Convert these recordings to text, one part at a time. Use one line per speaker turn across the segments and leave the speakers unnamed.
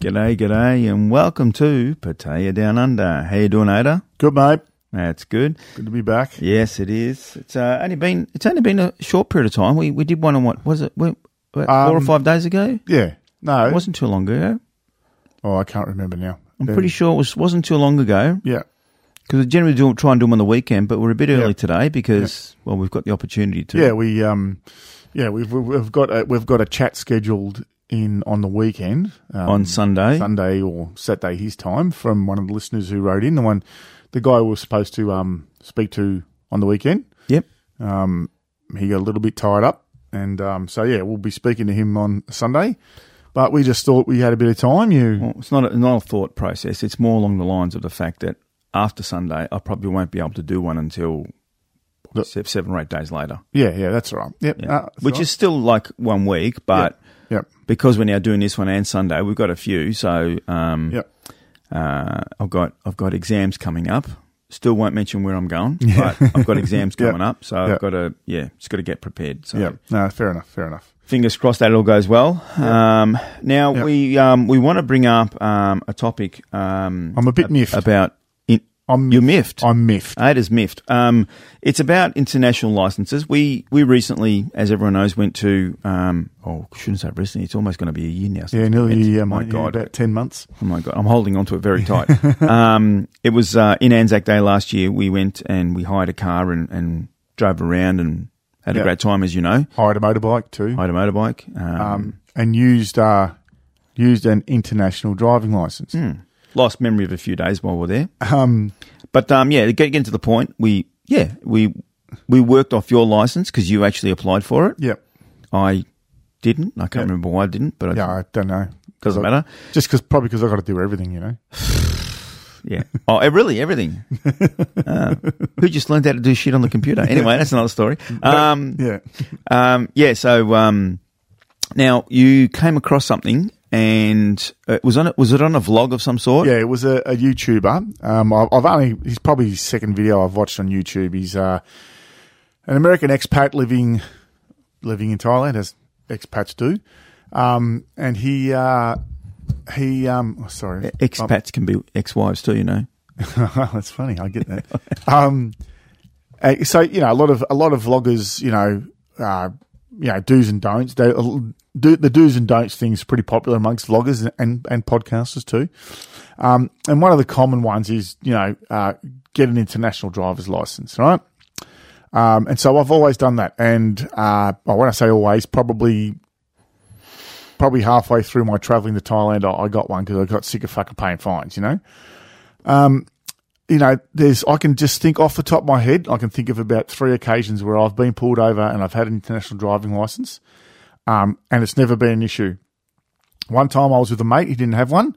G'day, g'day, and welcome to Pattaya Down Under. How you doing, Ada?
Good, mate.
That's good.
Good to be back.
Yes, it is. It's uh, only been it's only been a short period of time. We we did one on what was it? What, what, four or
Um,
five days ago.
Yeah. No.
It wasn't too long ago.
oh, I can't remember now.
I'm
Yeah.
pretty sure it was wasn't too long ago
Yeah.
because we generally do try and do them on the weekend, but we're a bit early
Yeah.
today because well we've got the opportunity to.
Yeah. We um. Yeah. We've we've got a, we've got a chat scheduled in on the weekend um,
on Sunday.
Sunday or Saturday his time from one of the listeners who wrote in the one the guy we were supposed to um speak to on the weekend.
Yep.
Um, he got a little bit tied up, and um, so yeah, we'll be speaking to him on Sunday. But we just thought we had a bit of time. You
Well, it's not a, not a thought process. It's more along the lines of the fact that after Sunday, I probably won't be able to do one until
The-
se- seven or eight days later,
Yeah, yeah, that's right. Yep,
Yeah.
uh, that's
which
right.
is still like one week, but
yep,
because we're now doing this one and Sunday, we've got a few. So um,
yep,
uh, I've got I've got exams coming up. Still won't mention where I'm going, but I've got exams
Yeah.
coming up, so
Yeah.
I've got to yeah, just got to get prepared. So
yep. No, fair enough, fair enough.
fingers crossed that it all goes well. Um, now
Yeah.
we um, we want to bring up um, a topic. Um,
I'm a bit
ab-
miffed.
about in,
I'm
you're miffed.
I'm miffed.
Ada's miffed. Um, it's about international licenses. We we recently, as everyone knows, went to um, oh, I shouldn't say recently. It's almost going to be a year now. since
Yeah,
we
nearly
went.
yeah,
my
mate, yeah,
God.
about ten months.
Oh my god, I'm holding onto it very tight. um, it was uh, in Anzac Day last year. We went and we hired a car and, and drove around and had a
Yeah.
great time, as you know.
Hired a motorbike too,
Hired a motorbike. Um,
um, and used uh, used an international driving license.
Hmm. lost memory of a few days while we are there.
Um,
But um, yeah, get- getting to the point, we yeah we we worked off your license because you actually applied for it.
yep.
I didn't. I can't
Yeah.
remember why I didn't, but it
Yeah, I don't know.
doesn't matter.
Just because, probably because I got to do everything, you know.
Yeah. Oh, eh, really? Everything. Uh, who just learned how to do shit on the computer? Anyway, that's another story. Um,
Yeah,
um, yeah. So um, now you came across something, and it was on. a- Was it on a vlog of some sort?
yeah. It was a, a YouTuber. Um, I- I've only he's probably his second video I've watched on YouTube. He's uh, an American expat living living in Thailand, as expats do. Um, and he uh, he um, oh,
Eh,
sorry,
Expats can be ex-wives too, you know.
That's funny. I get that. um, uh, so you know, a lot of a lot of vloggers, you know, uh, you know, do's and don'ts. They uh, do the do's and don'ts things pretty popular amongst vloggers and and podcasters too. Um, and one of the common ones is you know uh, get an international driver's license, right? Um, and so I've always done that, and uh, well, when I say always, probably. Probably halfway through my traveling to Thailand, I I got one because I got sick of fucking paying fines, you know? you know, there's I can just think off the top of my head, I can think of about three occasions where I've been pulled over and I've had an international driving license, um, and it's never been an issue. One time I was with a mate, he didn't have one,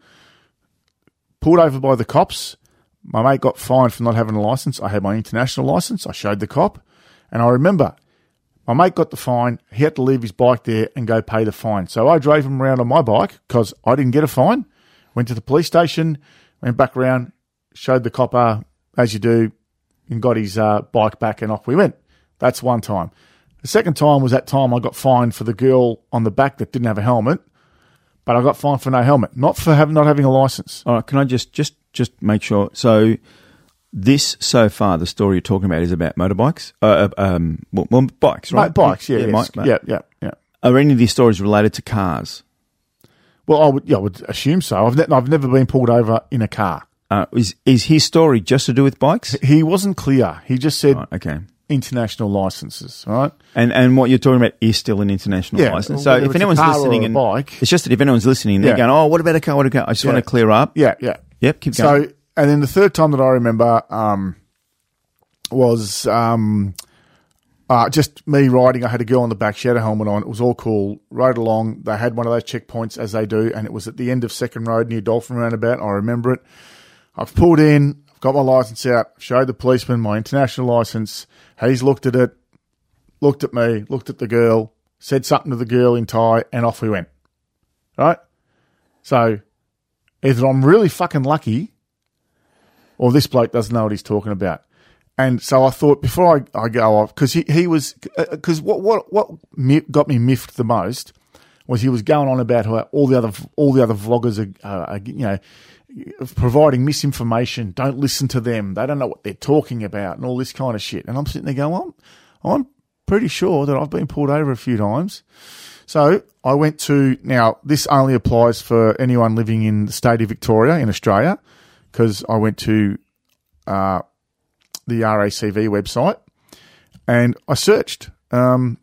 pulled over by the cops. My mate got fined for not having a license. I had my international license. I showed the cop, and I remember my mate got the fine. He had to leave his bike there and go pay the fine. So I drove him around on my bike because I didn't get a fine. Went to the police station, went back around, showed the copper as you do, and got his uh, bike back, and off we went. That's one time. The second time was that time I got fined for the girl on the back that didn't have a helmet, but I got fined for no helmet, not for having not having a license.
All right. Can I just just just make sure? So this so far, the story you're talking about is about motorbikes. Uh, uh, um, well, well, bikes, right? uh,
Right, bikes, yeah, yes.
mi-
yeah, yeah, yeah.
Are any of these stories related to cars?
Well, I would, yeah, I would assume so. I've, ne- I've never been pulled over in a car.
Uh, is is his story just to do with bikes?
He wasn't clear. He just said
Right, okay.
international licenses, right?
And and what you're talking about is still an international
Yeah,
license. So
whether
if
it's a
anyone's
car or
listening
a
and
bike.
it's just that if anyone's listening, they're
Yeah.
going, "Oh, what about a car? What about a car?" I just want
Yeah.
to clear up.
Yeah, yeah.
Yep. Keep going.
So, and then the third time that I remember um, was um, uh, just me riding. I had a girl on the back. She had a helmet on. It was all cool. Rode along. They had one of those checkpoints as they do, and it was at the end of Second Road near Dolphin Roundabout. I remember it. I've pulled in. I've got my license out. Showed the policeman my international license. He's looked at it, looked at me, looked at the girl, said something to the girl in Thai, and off we went. Right. So either I'm really fucking lucky or this bloke doesn't know what he's talking about. And so I thought before uh, I, I go off, because he, he was, because what, what, what mi- got me miffed the most was he was going on about how all the other all the other vloggers are, are, are you know providing misinformation. Don't listen to them. They don't know what they're talking about, and all this kind of shit. And I'm sitting there going, I'm, I'm pretty sure that I've been pulled over a few times. So I went to now. This only applies for anyone living in the state of Victoria in Australia, because I went to uh, the RACV website and I searched. Um,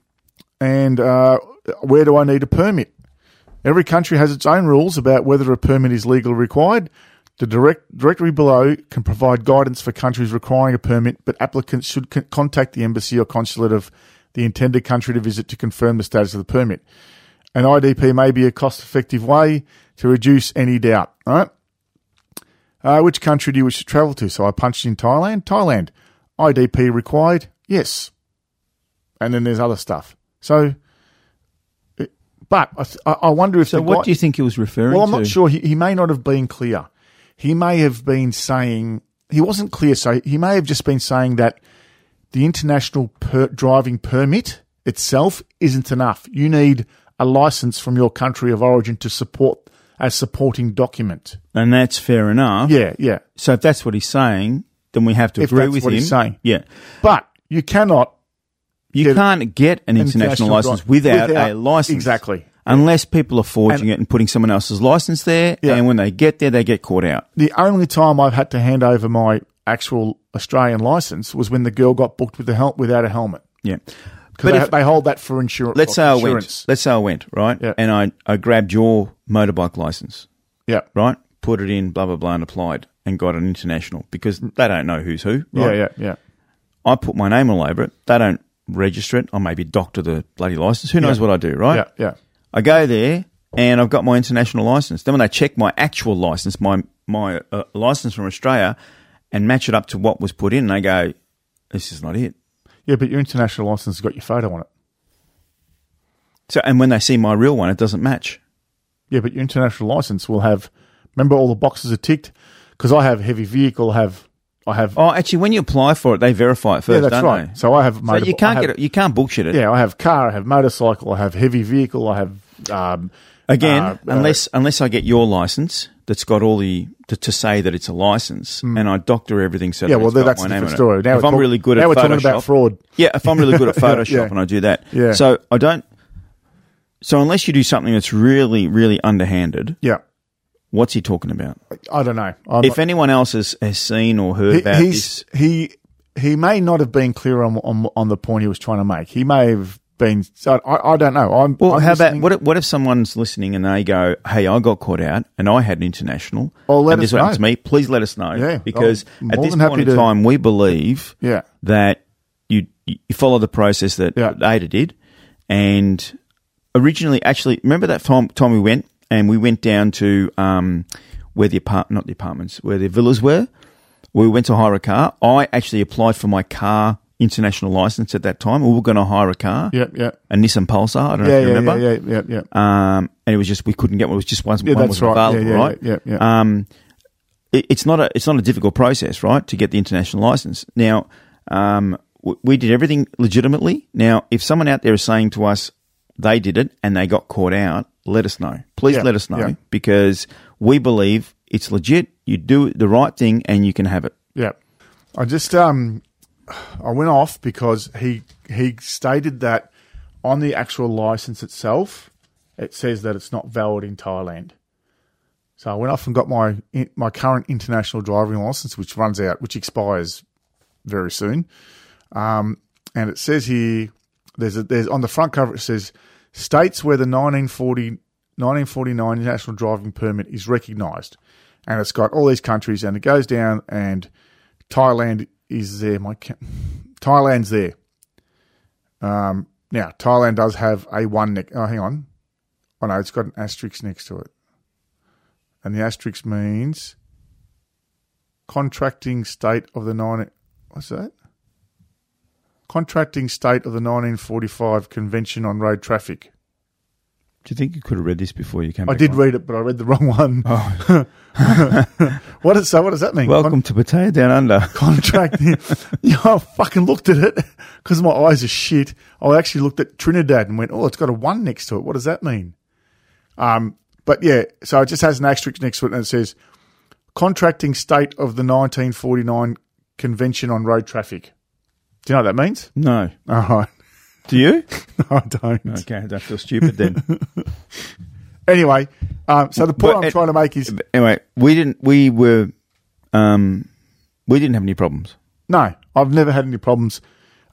and uh, where do I need a permit? Every country has its own rules about whether a permit is legal or required. The direct, directory below can provide guidance for countries requiring a permit, but applicants should con- contact the embassy or consulate of the intended country to visit to confirm the status of the permit. An IDP may be a cost effective way to reduce any doubt. All right. Uh, which country do you wish to travel to? So I punched in Thailand. Thailand. IDP required? Yes. And then there's other stuff. So, it- but I, th- I I wonder if
So
the
what
guy-
do you think he was referring
well, I'm
to?
not sure. He, he may not have been clear. He may have been saying he wasn't clear. So he may have just been saying that the international per- driving permit itself isn't enough. You need a license from your country of origin to support a supporting document.
And that's fair enough.
Yeah, yeah.
So if that's what he's saying, then we have to
If
agree
that's
with
what
him.
he's saying.
Yeah.
But you cannot
You
Get-
can't get an international,
international
license
drive-
without,
without-
a license.
Exactly.
Unless people are forging it and putting someone else's license there,
Yeah.
and when they get there, they get caught out.
the only time I've had to hand over my actual Australian license was when the girl got booked with the hel- without a helmet
Yeah.
because
But
they,
if-
they hold that for insur-
Let's say I went.
insurance.
Let's say I went right,
Yeah.
and I, I grabbed your motorbike license,
Yeah.
right? Put it in, blah blah blah, and applied and got an international because they don't know who's who. Right?
Yeah, yeah, yeah.
I put my name all over it. They don't register it. I maybe doctor the bloody license. Who knows what I do, right?
Yeah, yeah.
I go there and I've got my international license. Then when they check my actual license, my my uh, license from Australia, and match it up to what was put in, they go, "This is not it."
Yeah, but your international license has got your photo on it.
So, and when they see my real one, it doesn't match.
Yeah, but your international license will have remember all the boxes are ticked because I have heavy vehicle, I have I have
Oh, actually, when you apply for it, they verify it first,
Yeah, that's
don't
right.
they?
So I have
So
motor-
you
I
can't
have-
get it, you can't bullshit it
Yeah, I have car, I have motorcycle, I have heavy vehicle, I have um
again
uh, uh,
unless unless I get your license that's got all the to, to say that it's a license and I doctor everything so
Hmm. yeah,
that
well,
it's got
that's
my
a
name
different
on it.
story. Now
if
we're
I'm
talk-
really good
now
at
we're
Photoshop,
talking about fraud.
Yeah, if I'm really good at Photoshop
yeah.
and I do that.
Yeah.
So I don't. So unless you do something that's really, really underhanded,
Yeah,
what's he talking about?
I don't know. I'm,
If anyone else has, has seen or heard
he,
about
he's
this,
he he may not have been clear on, on on the point he was trying to make. He may have been. I, I I don't know. I'm
well,
I'm
how about
listening.
what? If, what if someone's listening and they go, "Hey, I got caught out, and I had an international."
Oh, let
and this
us
happened to
know.
me. Please let us know,
Yeah,
because
I'm
at
more
this
than happy
point in
to-
time, we believe
Yeah.
that you you follow the process that
Yeah.
Ada did, and originally, actually, remember that time time we went and we went down to um, where the apart not the apartments where the villas were. We went to hire a car. I actually applied for my car international license at that time. We were going to hire a car,
Yeah, yeah,
a Nissan Pulsar. I don't know
yeah,
if you
yeah,
remember.
yeah, yeah, yeah, yeah.
Um, and it was just we couldn't get one. It was just one,
Yeah,
one was
that's right. Yeah,
available,
yeah,
right?
yeah, yeah,
Um, it, it's not a it's not a difficult process, right, to get the international license. Now, um, w- we did everything legitimately. Now, if someone out there is saying to us they did it and they got caught out, let us know. Please
Yeah,
let us know
yeah.
because we believe it's legit. You do the right thing and you can have it.
Yeah. I just um I went off because he he stated that on the actual license itself it says that it's not valid in Thailand. So I went off and got my my current international driving license which runs out which expires very soon. Um and it says here there's a, there's on the front cover it says states where the 1940 1949 national driving permit is recognized and it's got all these countries and it goes down and Thailand is there my ca- Thailand's there um now Thailand does have a one neck oh hang on oh no it's got an asterisk next to it and the asterisk means contracting state of the nine what's that contracting state of the 1945 convention on road traffic
Do you think you could have read this before you came?
I did read it, but I read the wrong one. what is so? What does that mean?
Welcome to Potato Down Under.
Con- contract. yeah, I fucking looked at it because my eyes are shit. I actually looked at Trinidad and went, "Oh, it's got a one next to it. What does that mean?" Um, but yeah, so it just has an asterisk next to it and it says contracting state of the 1949 Convention on Road Traffic. Do you know what that means?
No.
All right.
Do you?
No, I don't.
Okay, I don't feel stupid then.
Anyway, um, so the point
Well,
I'm
it-
trying to make is
But anyway, we didn't. We were. Um, we didn't have any problems.
No, I've never had any problems.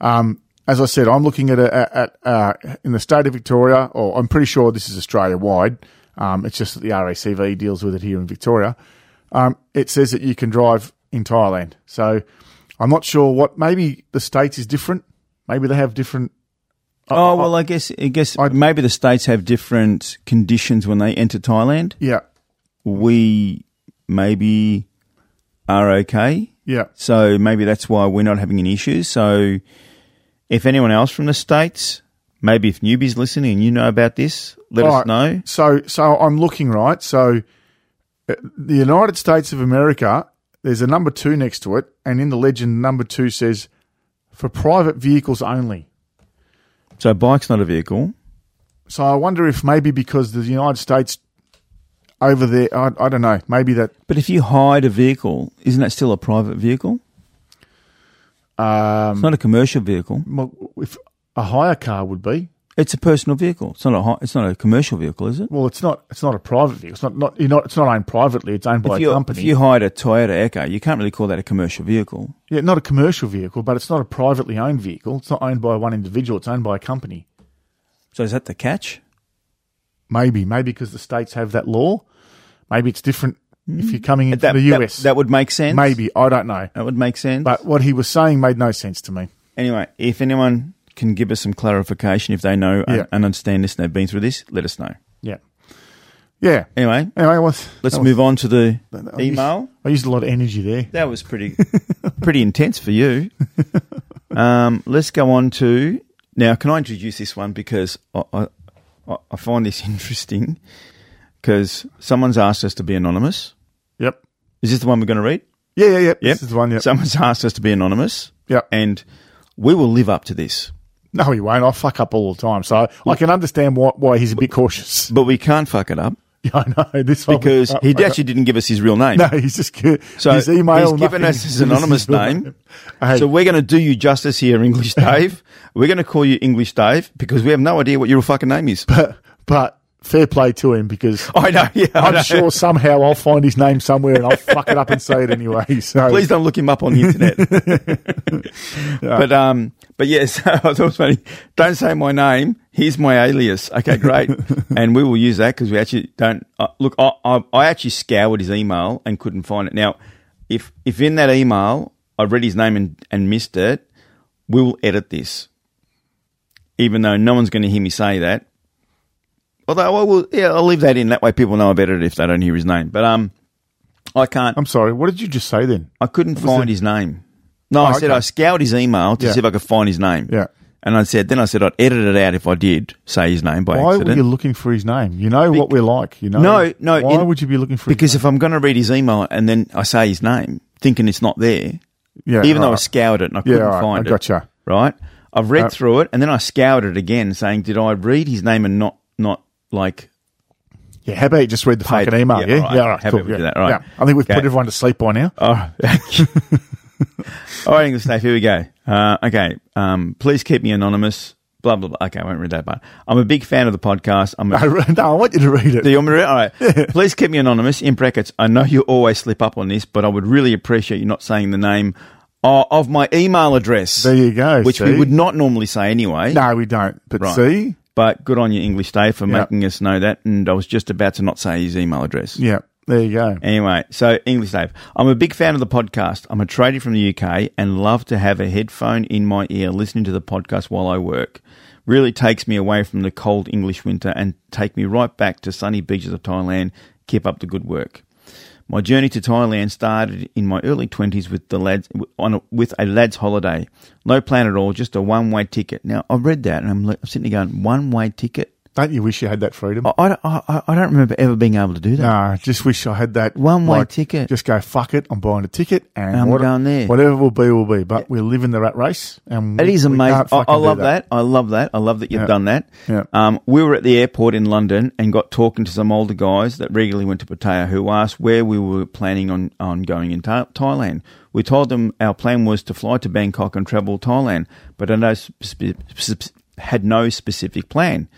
Um, as I said, I'm looking at, a, at uh, in the state of Victoria, or I'm pretty sure this is Australia wide. Um, it's just that the RACV deals with it here in Victoria. Um, it says that you can drive in Thailand. So I'm not sure what. Maybe the states is different. Maybe they have different.
Oh well, I guess I guess maybe the states have different conditions when they enter Thailand.
Yeah,
We maybe are okay,
yeah,
so maybe that's why we're not having any issues. So, if anyone else from the states, maybe if newbies listening and you know about this, let
All
us
right.
know.
So, so I'm looking right. So, uh, the United States of America, there's a number two next to it, and in the legend, number two says, "For private vehicles only."
So, bike's not a vehicle.
So, I wonder if maybe because the United States over there, I, I don't know. Maybe that.
But if you hide a vehicle, isn't that still a private vehicle?
Um,
It's not a commercial vehicle.
mo- if a hire car would be
It's a personal vehicle. It's not a hi- it's not a commercial vehicle, is it?
well, it's not. It's not a private vehicle. It's not. not you're not. It's not owned privately. It's owned by
if,
a
you,
company.
if you hide a Toyota Echo, you can't really call that a commercial vehicle.
yeah, not a commercial vehicle, but it's not a privately owned vehicle. It's not owned by one individual. It's owned by a company.
So is that the catch?
Maybe, maybe because the states have that law. Maybe it's different if you're coming into
Mm-hmm. That,
the
that-
US.
That, would make sense.
maybe I don't know.
that would make sense.
But what he was saying made no sense to me.
anyway, if anyone can give us some clarification, if they know
Yeah.
and, and understand this and they've been through this, let us know.
Yeah, yeah.
Anyway,
Anyway, what's
let's
that was-
move on to the
that was-
email.
I used a lot of energy there.
That was pretty pretty intense for you. Um, let's go on to now. Can I introduce this one because I I, I- I find this interesting because someone's asked us to be anonymous.
Yep.
Is this the one we're going to read?
Yeah, yeah, yeah.
Yep.
This is the one. Yep.
Someone's asked us to be anonymous,
yep.
and we will live up to this,
No, he won't. I fuck up all the time, so I can understand why, why he's a bit cautious.
but we can't fuck it up
Yeah, I know this one-
because
uh,
he actually didn't give us his real name.
No, he's just good.
So
his email.
he's given
nothing.
us his anonymous name.
Hey,
So we're going to do you justice here, English Dave. we're going to call you English Dave because we have no idea what your fucking name is.
but, but fair play to him because
I know. Yeah, I know.
I'm sure somehow I'll find his name somewhere and I'll fuck it up and say it anyway. So
Please don't look him up on the internet. But um, but yes, I thought it was funny. Don't say my name. Here's my alias. Okay, great. and we will use that because we actually don't uh, look. I, I I actually scoured his email and couldn't find it. Now, if if in that email I read his name and, and missed it, we will edit this. Even though no one's going to hear me say that. Although I will, yeah, I'll leave that in. That way, people know I've edited if they don't hear his name. But um, I can't.
I'm sorry. What did you just say then?
I couldn't find his name. No, I said
Oh, okay.
I scoured his email to
Yeah.
see if I could find his name.
Yeah.
And I said, then I said I'd edit it out if I did say his name by
Why were
accident.
you looking for his name? You know what we're like. You know.
No, no,
Why
in-
would you be looking for?
because if I'm going to read his email and then I say his name, thinking it's not there,
his name? yeah,
even though I
alright.
scoured it and I
yeah,
couldn't
alright,
find
I
it,
gotcha. Uh,
right? I've read through it and then I scoured it again, saying, did I read his name and not not like
Yeah, how about you just read the
Paid-
fucking email?
yeah,
Yeah, yeah,
alright.
all right,
How
cool.
about we
yeah.
do that? Alright.
Yeah. I think we've put
Okay.
everyone to sleep by now.
Oh, all right, English Dave, here we go. Uh, okay, um, please keep me anonymous. Blah blah blah. Okay, I won't read that part. I'm a big fan of the podcast. I'm a,
I re- no, I want you to read it.
do you want me to read? All right. Please keep me anonymous. In brackets, I know you always slip up on this, but I would really appreciate you not saying the name uh, of my email address,
there you go.
which we
see?
would not normally say anyway.
No, we don't. But
Right.
see,
But good on you, English Dave, for
Yeah.
making us know that. And I was just about to not say his email address.
yeah, there you go.
Anyway, so English Dave. I'm a big fan of the podcast. I'm a tradie from the UK and love to have a headphone in my ear listening to the podcast while I work. Really takes me away from the cold English winter and take me right back to sunny beaches of Thailand. Keep up the good work. My journey to Thailand started in my early 20s with the lads on a, with a lads holiday. No plan at all, just a one-way ticket. Now, I've read that and I'm, li- I'm sitting there going, one-way ticket?
Don't you wish you had that freedom?
I, I, don't- I, I don't remember ever being able to do that.
No, just wish I had that
One way
like,
ticket.
Just go fuck it. I'm buying a ticket, and
I'm
what-
going there.
Whatever will be, will be. But we live in the rat race, and
It
we-
is
Mm-hmm. we
amazing.
can't
I, I
fucking do
love that. I love that. I love that you've
Yeah.
done that.
Yeah.
Um, we were at the airport in London and got talking to some older guys that regularly went to Pattaya who asked where we were planning on, on going in Tha- Thailand. We told them our plan was to fly to Bangkok and travel Thailand, but I no spe- spe- had no specific plan.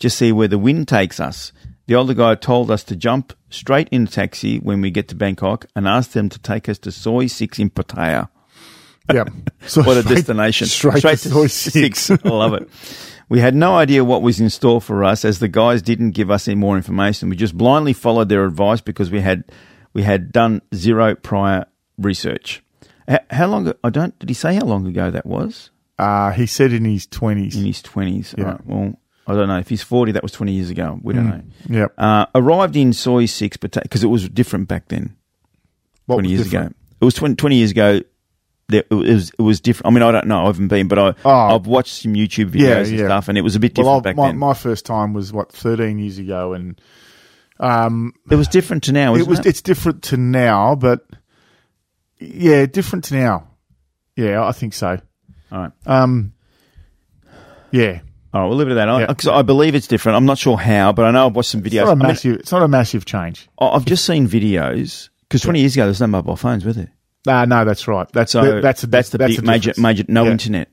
Just see where the wind takes us. The older guy told us to jump straight in a taxi when we get to Bangkok and asked them to take us to Soy 6 in Pattaya
Yeah. So
what a
straight-
destination.
Straight, to, soy six.
I love it. We had no idea what was in store for us as the guys didn't give us any more information. We just blindly followed their advice because we had we had done zero prior research. H- How long? I don't. Did he say how long ago that was?
Uh, he said in his twenties.
In his twenties. All right. Well, I don't know. If he's forty, that was twenty years ago. We don't
Hmm.
know.
Yep.
Uh, arrived in soy six, but because it was different back then.
What
20
was
years
different?
ago. It was 20, 20 years ago. That it was it was different. I mean, I don't know. I haven't been, but I
Oh.
I've watched some YouTube videos
Yeah,
and
yeah.
stuff, and it was a bit different
Well, I,
back
my,
then.
my first time was what thirteen years ago, and um,
it was different to now. Isn't
it was.
It?
It's different to now, but yeah, different to now. Yeah, I think so.
All right,
Um, yeah,
all right. We'll leave it at that.
Yeah.
I, 'cause I believe it's different. I'm not sure how, but I know I've watched some
it's
videos.
not
I
a
mean,
massive. it's not a massive change.
I- I've just seen videos because 20 years ago there was no mobile phones, were there?
Ah, no, that's right. That's
So
that- that's a,
that's the big
a
major
difference.
major no
Yeah.
internet.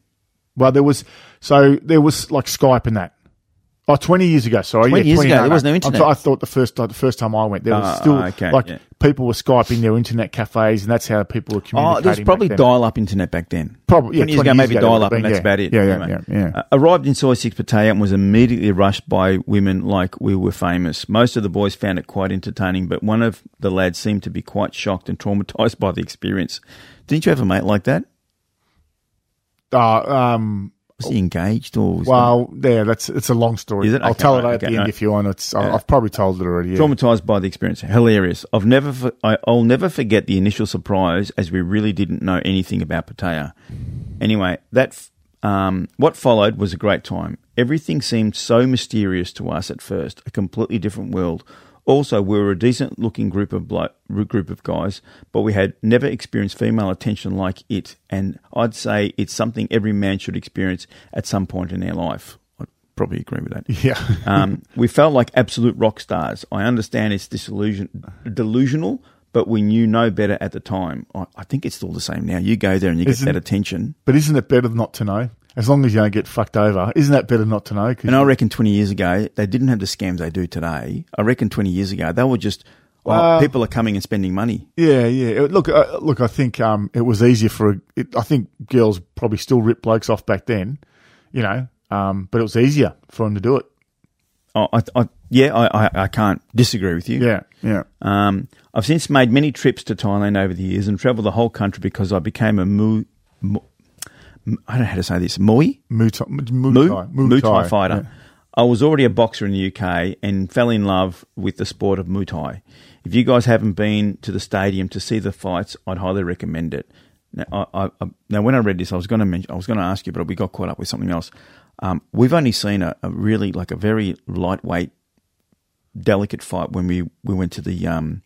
Well, there was so there was like Skype and that. Oh, 20 years ago, sorry.
20
yeah,
years ago,
no,
there
no.
was no
I'm
internet.
sorry, I thought the first like, the first time I went, there was
Ah,
still
okay,
like
yeah.
people were Skyping their internet cafes, and that's how people were
Oh,
communicating.
there was probably
back then.
dial-up internet back then.
Probably, yeah,
20 years ago, maybe
that would
dial up,
have
and
been,
that's
yeah.
about it.
Yeah, yeah,
Anyway.
yeah, yeah.
Uh, arrived in Soy 6 Pattaya and was immediately rushed by women like we were famous. Most of the boys found it quite entertaining, but one of the lads seemed to be quite shocked and traumatized by the experience. Didn't you have a mate like that?
Uh, um,
Was he engaged or was
well, yeah, that's it's a long story.
Is it?
I'll
Okay,
tell it
right,
at
okay,
the end
right.
if you want. It's I I've probably told it already. Yeah.
traumatized by the experience? Hilarious. I've never, for- I, I'll never forget the initial surprise as we really didn't know anything about Pattaya. Anyway, that f- um, what followed was a great time. Everything seemed so mysterious to us at first, a completely different world. Also, we were a decent-looking group of blo- group of guys, but we had never experienced female attention like it, and I'd say it's something every man should experience at some point in their life. I'd probably agree with that.
Yeah,
Um, we felt like absolute rock stars. I understand it's disillusion, delusional, but we knew no better at the time. I, I think it's still the same now. You go there and you get
Isn't-
that attention.
but isn't it better not to know? As long as you don't get fucked over, isn't that better not to know? 'Cause-
And I reckon 20 years ago, they didn't have the scams they do today. I reckon 20 years ago, they were just, oh,
Well-
people are coming and spending money.
Yeah, yeah. It- Look, uh, look. I think um, it was easier for. It, I think girls probably still rip blokes off back then, you know. Um, but it was easier for them to do it.
Oh, I, I, yeah, I, I, I can't disagree with you.
Yeah, yeah.
Um, I've since made many trips to Thailand over the years and traveled the whole country because I became a mu, mu, I don't know how to say this, moi?
Muay Thai, Muay
Mu-
Thai,
Muay, Thai fighter. I was already a boxer in the UK and fell in love with the sport of Muay Thai. If you guys haven't been to the stadium to see the fights, I'd highly recommend it. Now, I, I, I, now when I read this, I was going to mention, I was going to ask you, but we got caught up with something else. Um, we've only seen a, a really like a very lightweight, delicate fight when we, we went to the um,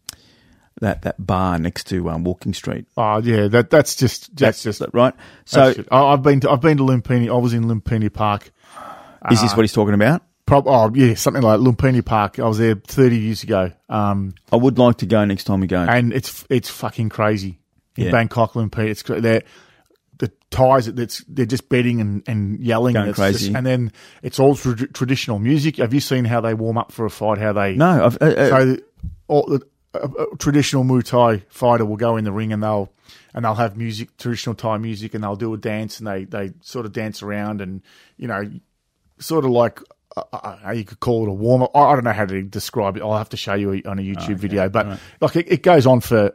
that that bar next to um, Walking Street.
Oh yeah, that that's just that's, just.
Is that right. So
So I, I've been to, I've been to Lumpini. I was in Lumpini Park.
is this what he's talking about?
Prob- oh yeah, something like Lumpini Park. I was there thirty years ago. Um,
I would like to go next time we go.
and it's it's fucking crazy in
Yeah.
Bangkok, Lumpur. It's cra- they're the ties that's they're just betting and, and yelling
Going
and it's just-
crazy.
and then it's all tra- traditional music. Have you seen how they warm up for a fight? How they
no, I've, uh, uh,
so all, a, a, a traditional Muay Thai fighter will go in the ring and they'll and they'll have music, traditional Thai music, and they'll do a dance and they they sort of dance around and you know, sort of like. uh, I- I don't know, you could call it a warm up. I I don't know how to describe it. I'll have to show you on a
Oh,
YouTube video. But like it, it goes on for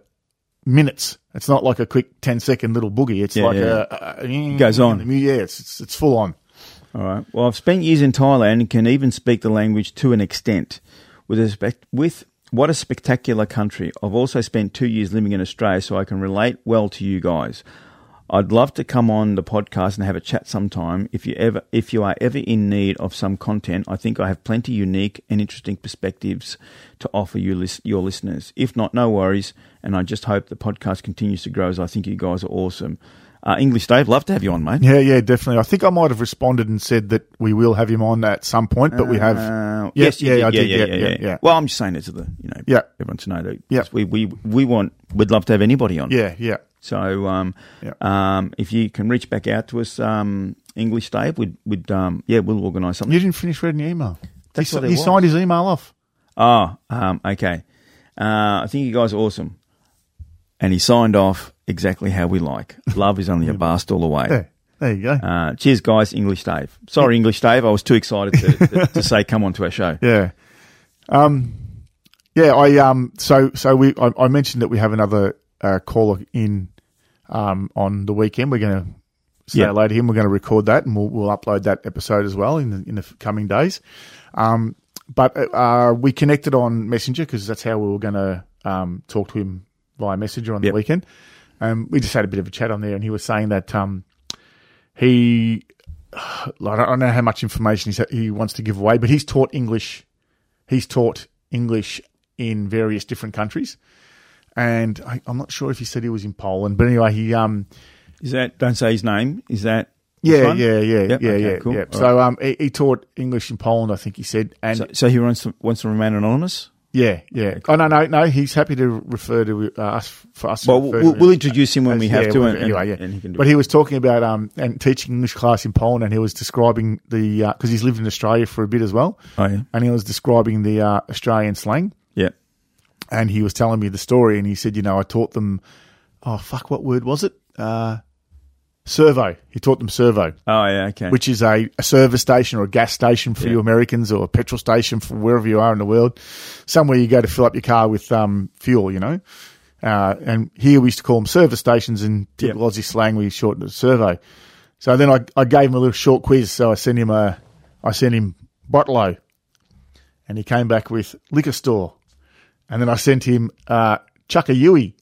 minutes. It's not like a quick 10 second little boogie. It's
Yeah,
like
yeah.
a, a, a
Goes on.
Yeah, it's, it's it's full on.
All right. Well, I've spent years in Thailand and can even speak the language to an extent. With respect, with what a spectacular country! I've also spent two years living in Australia, so I can relate well to you guys. I'd love to come on the podcast and have a chat sometime. If you ever, if you are ever in need of some content, I think I have plenty unique and interesting perspectives to offer you lis- your listeners. If not, no worries. And I just hope the podcast continues to grow as I think you guys are awesome. Uh, English Dave, love to have you on, mate.
Yeah, yeah, definitely. I think I might have responded and said that we will have him on at some point, but we have.
Uh,
Yeah,
yes, you
yeah,
did.
I
yeah,
did.
yeah,
Yeah,
yeah,
yeah, yeah.
Well, I'm just saying it to the you know
Yeah.
everyone to know that
Yeah.
we we we want we'd love to have anybody on.
yeah, yeah.
So um,
Yeah.
um, if you can reach back out to us, um, English Dave, we'd, we'd um, yeah, we'll organise something.
You didn't finish reading the email.
That's
he
what
si-
it
he
was.
signed his email off.
Oh, um, okay. Uh, I think you guys are awesome. And he signed off exactly how we like. Love is only a bar stool away.
There, there you go.
Uh, cheers, guys. English Dave. Sorry, English Dave. I was too excited to, to, to say come on to our show.
Yeah. Um, yeah, I um so so we I, I mentioned that we have another uh, caller in um on the weekend. We're going to say
Yeah.
hello to him. We're going to record that and we'll, we'll upload that episode as well in the, in the coming days. Um, but uh, we connected on Messenger because that's how we were going to um talk to him via Messenger on
Yep.
the weekend. Um, we just had a bit of a chat on there, and he was saying that um he I don't, I don't know how much information he's, he wants to give away, but he's taught English. He's taught English in various different countries, and I, I'm not sure if he said he was in Poland, but anyway, he um
Is that, don't say his name. Is that, this
yeah
one?
yeah yeah
Yep,
yeah
okay,
yeah
cool.
yeah.
All
So um he, he taught English in Poland, I think he said, and
so, so he wants to, wants to remain anonymous?
yeah yeah. Oh no no no, he's happy to refer to uh, us for us. to
Well,
refer
we'll,
to
we'll introduce him when we
Yeah,
have to.
well,
And, and-
anyway, yeah.
and he can do
But
it.
he was talking about um and teaching English class in Poland, and he was describing the because he's lived in Australia for a bit as well.
Oh, yeah.
and he was describing the uh, Australian slang,
Yeah.
and he was telling me the story, and he said, you know, I taught them, oh fuck, what word was it? Uh, servo. He taught them servo,
Oh, yeah. Okay.
which is a, a service station or a gas station for
Yeah.
you Americans, or a petrol station for wherever you are in the world, somewhere you go to fill up your car with um, fuel, you know. Uh, and here we used to call them service stations, in typical Aussie slang we shortened it to servo. So then I, I gave him a little short quiz. So I sent him a, I sent him Botlo, and he came back with liquor store. And then I sent him uh, Chuckayui,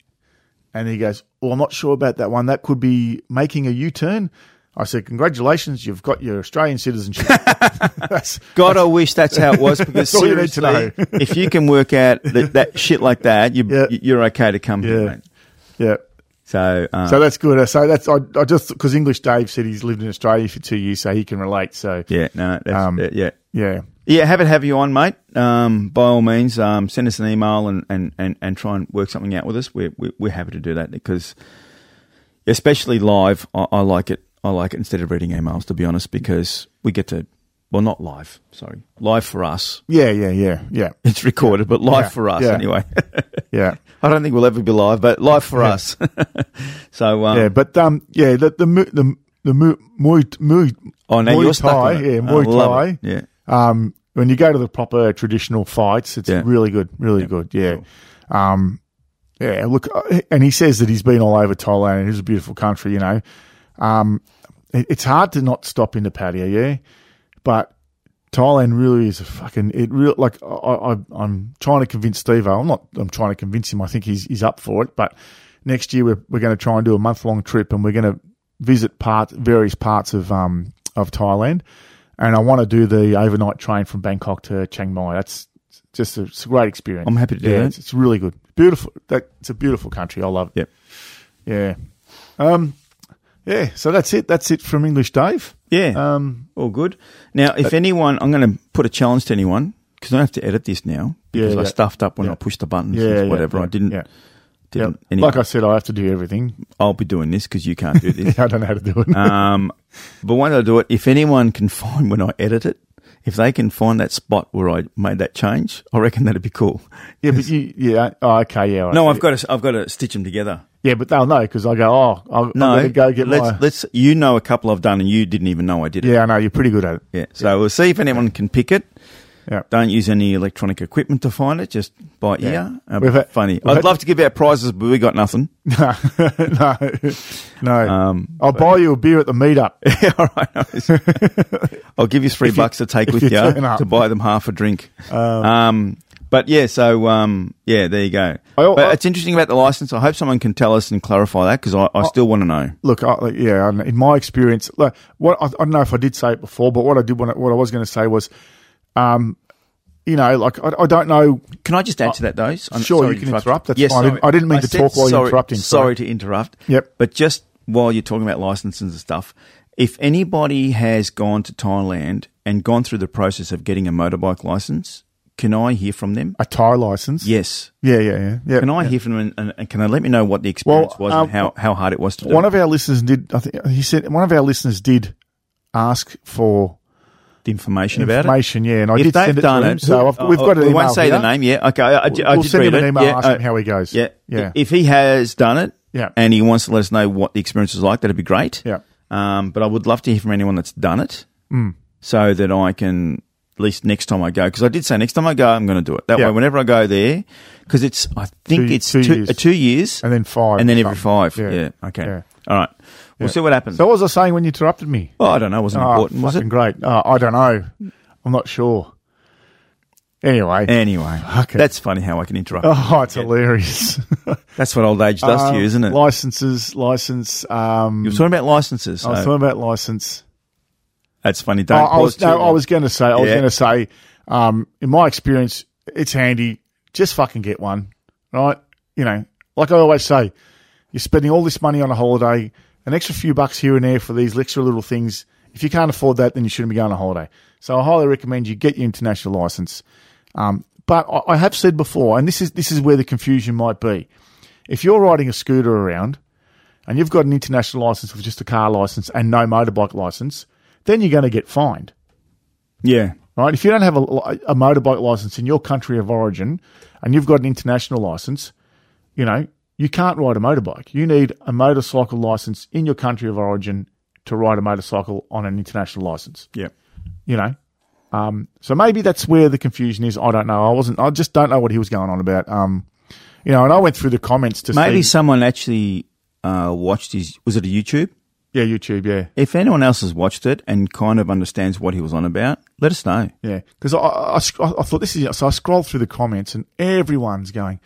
and he goes, "Well, I'm not sure about that one. That could be making a U-turn." I said, "Congratulations, you've got your Australian citizenship." That's,
God, I wish that's how it was because
all you need to
seriously, if you can work out that, that shit like that, you,
Yeah.
you're okay to come here,
Yeah.
mate.
yeah.
So, um,
So that's good. Uh, So that's I, I just because English Dave said he's lived in Australia for two years, so he can relate. So
yeah, no, that's,
Um,
uh, yeah,
yeah,
yeah. Have it, have you on, mate. Um, by all means, um, send us an email and, and, and, and try and work something out with us. We're we're, we're happy to do that because, especially live, I, I like it. I like it instead of reading emails, to be honest, because we get to, well, not live. Sorry, live for us.
yeah, yeah, yeah, yeah,
It's recorded, but live
Yeah,
for us
yeah.
anyway.
yeah.
I don't think we'll ever be live, but live for us. so, um,
yeah, but um, yeah, the the mu- the the mu- muay muay
oh, now
Muay
you're stuck on
Thai,
it.
yeah,
I
Muay
love it.
Thai.
Yeah,
um, when you go to the proper traditional fights, it's
Yeah.
really good, really good. Yeah, um, yeah. Look, uh, and he says that he's been all over Thailand. It is a beautiful country, you know. Um, it, it's hard to not stop in the patio, yeah, but. Thailand really is a fucking it real like I, I I'm trying to convince Steve I'm not I'm trying to convince him I think he's he's up for it but next year we're, we're going to try and do a month long trip and we're going to visit parts various parts of um of Thailand and I want to do the overnight train from Bangkok to Chiang Mai that's just a, it's a great experience
I'm happy to do
yeah,
that.
It's, it's really good beautiful that it's a beautiful country I love it yeah um yeah so that's it that's it from English Dave
yeah.
um
All good. Now,
uh,
if anyone, I'm going to put a challenge to anyone because I have to edit this now because
Yeah,
I
yeah.
stuffed up when
Yeah.
I pushed the buttons
yeah, yeah
and whatever.
yeah,
I didn't.
yeah.
didn't
Yep.
any,
Like I said, I have to do everything.
I'll be doing this because you can't do this.
I don't know how to do it.
um, but when I do it, if anyone can find when I edit it, if they can find that spot where I made that change, I reckon that'd be cool.
yeah, but you, yeah, oh, okay, yeah. all right.
No, I've got to, I've got to stitch them together.
yeah, but they'll know because I go, oh, I'll,
No,
I'm going to go get
let's,
my.
let's. You know a couple I've done, and you didn't even know I did it.
Yeah, I know you're pretty good at it.
Yeah. So we'll see if anyone can pick it.
Yeah.
Don't use any electronic equipment to find it, just by ear. Uh,
We've had-
funny.
we've
I'd
had-
love to give out prizes, but we got nothing.
no, no, no.
Um,
I'll buy you a beer at the meetup.
all right. no worries. I'll give you three
you-
bucks to take
if
with
you
you
turn up.
to buy them half a drink. Um, But yeah, so um, yeah, there you go.
I-
but
I-
it's interesting about the license. I hope someone can tell us and clarify that because I, I still want to know.
look, I, like, yeah, I don't know. in my experience, like, what I, I don't know if I did say it before, but what I did, want to- what I was going to say was, um, you know, like I, I don't know.
Can I just add to that, though? I'm
Uh, Sure,
sorry
you
to
can interrupt. That's fine. I
sorry.
didn't- I didn't mean to
said
talk while you
sorry-
interrupting. Sorry.
Sorry to interrupt.
Yep.
But just while you're talking about licenses and stuff, if anybody has gone to Thailand and gone through the process of getting a motorbike license, can I hear from them?
A tire license.
Yes.
yeah, yeah, yeah. yeah.
Can I hear from them and, and can they let me know what the experience
Well,
was
um,
and how, how hard it was to do?
One of our listeners did. I think he said one of our listeners did ask for
the information about it.
information. Yeah, and I
If
did
they've
send it
done
to him.
it,
So I've,
uh,
we've
uh,
got an
we
email.
won't say
here.
the name. Yeah, okay. I, I, I
We'll
did
send him
read
an
it.
email
yeah,
asking
uh,
how he goes.
yeah,
yeah,
If he has done it,
yeah,
and he wants to let us know what the experience is like, that'd be great.
yeah.
Um, but I would love to hear from anyone that's done it
Mm.
so that I can, at least next time I go, because I did say next time I go, I'm going to do it. That
Yeah.
way, whenever I go there, because it's, I think
Two-
it's
two
two,
years.
Uh, two years and,
And then five.
then every five.
Yeah.
Yeah. Okay.
Yeah.
All right. We'll
Yeah.
see what happens.
So what was I saying when you interrupted me?
oh, I don't know. It wasn't
Oh,
important, was
fucking
it?
great. Oh, I don't know. I'm not sure. Anyway,
Anyway,
Fuck it.
that's funny how I can interrupt.
oh, Uh, it's hilarious.
That's what old age does to you, isn't it?
Licenses, license. Um,
you were talking about licenses.
I was
so
talking about license.
that's funny.
I,
Don't
I
pause
was
too
no, I
long.
was going to say. I was
Yeah.
going to say. Um, in my experience, it's handy. Just fucking get one, right? You know, like I always say, you're spending all this money on a holiday, an extra few bucks here and there for these extra little things. If you can't afford that, then you shouldn't be going on holiday. So I highly recommend you get your international license. Um, but I, I have said before, and this is this is where the confusion might be. If you're riding a scooter around and you've got an international license with just a car license and no motorbike license, then you're going to get fined,
Yeah.
right? If you don't have a, a motorbike license in your country of origin and you've got an international license, you know, you can't ride a motorbike. You need a motorcycle license in your country of origin to ride a motorcycle on an international license
Yeah.
you know. Um, so maybe that's where the confusion is. I don't know. I wasn't. I just don't know what he was going on about. Um, you know, and I went through the comments to
Maybe
see.
someone actually uh, watched his. Was it a YouTube?
Yeah, YouTube. Yeah,
If anyone else has watched it and kind of understands what he was on about, let us know.
yeah. Because I, I, I, sc- I thought this is. So I scrolled through the comments, and everyone's going,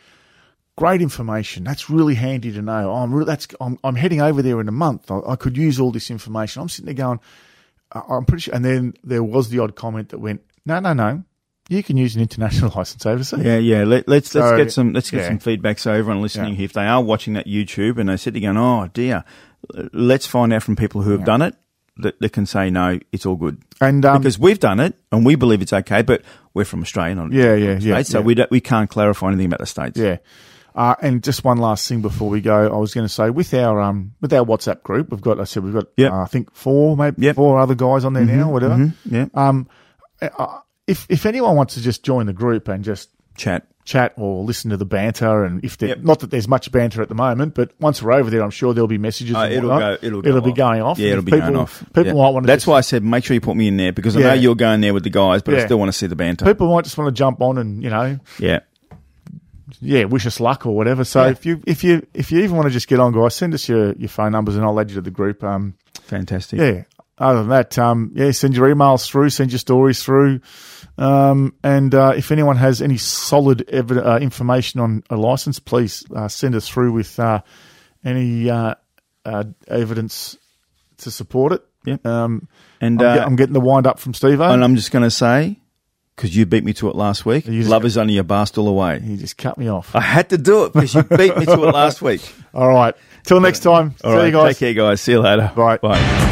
"Great information. That's really handy to know. Oh, I'm really, that's. I'm, I'm heading over there in a month. I, I could use all this information. I'm sitting there going, I- I'm pretty sure. And then there was the odd comment that went, "No, no, no. You can use an international license overseas."
Yeah, yeah. Let, let's
So,
let's get some let's get
yeah.
some feedback so everyone listening here, if they are watching that YouTube and they sit there going, "Oh dear," let's find out from people who have done it that, that can say no, it's all good
And um,
because we've done it and we believe it's okay, but we're from Australia, not
yeah, yeah, yeah.
States, so
yeah.
we don't, we can't clarify anything about the states.
Yeah. Uh, and just one last thing before we go, I was going to say with our um with our WhatsApp group, we've got I said we've got
Yep.
uh, I think four maybe
Yep.
four other guys on there now, whatever.
Mhm, yeah.
Um, uh, if if anyone wants to just join the group and just
Chat.
chat or listen to the banter, and if there,
Yep.
not that there's much banter at the moment, but once we're over there, I'm sure there'll be messages.
Oh,
and
it'll
whatnot.
go- it'll go
it'll be
off.
going off.
Yeah,
And
it'll
if
be
people,
going off.
People
Yeah.
might want to.
That's
just,
why I said make sure you put me in there because I
Yeah.
know you're going there with the guys, but
Yeah.
I still want to see the banter.
people might just want to jump on and you know
yeah.
yeah, wish us luck or whatever. So
Yeah.
if you if you if you even want to just get on, guys, send us your, your phone numbers and I'll add you to the group. Um,
Fantastic.
yeah. Other than that, um, yeah, send your emails through, send your stories through, um, and uh, if anyone has any solid ev- uh, information on a license, please uh, send us through with uh, any uh, uh, evidence to support it.
Yep.
Um,
And
I'm,
uh,
get- I'm getting the wind up from Steve.
And I'm just going to say, because you beat me to it last week,
You just-
love is only a bastard away.
He just cut me off.
I had to do it because you beat me to it last week.
All right. Till next time.
All
See
right,
you guys.
Take care, guys. See you later.
Bye.
Bye.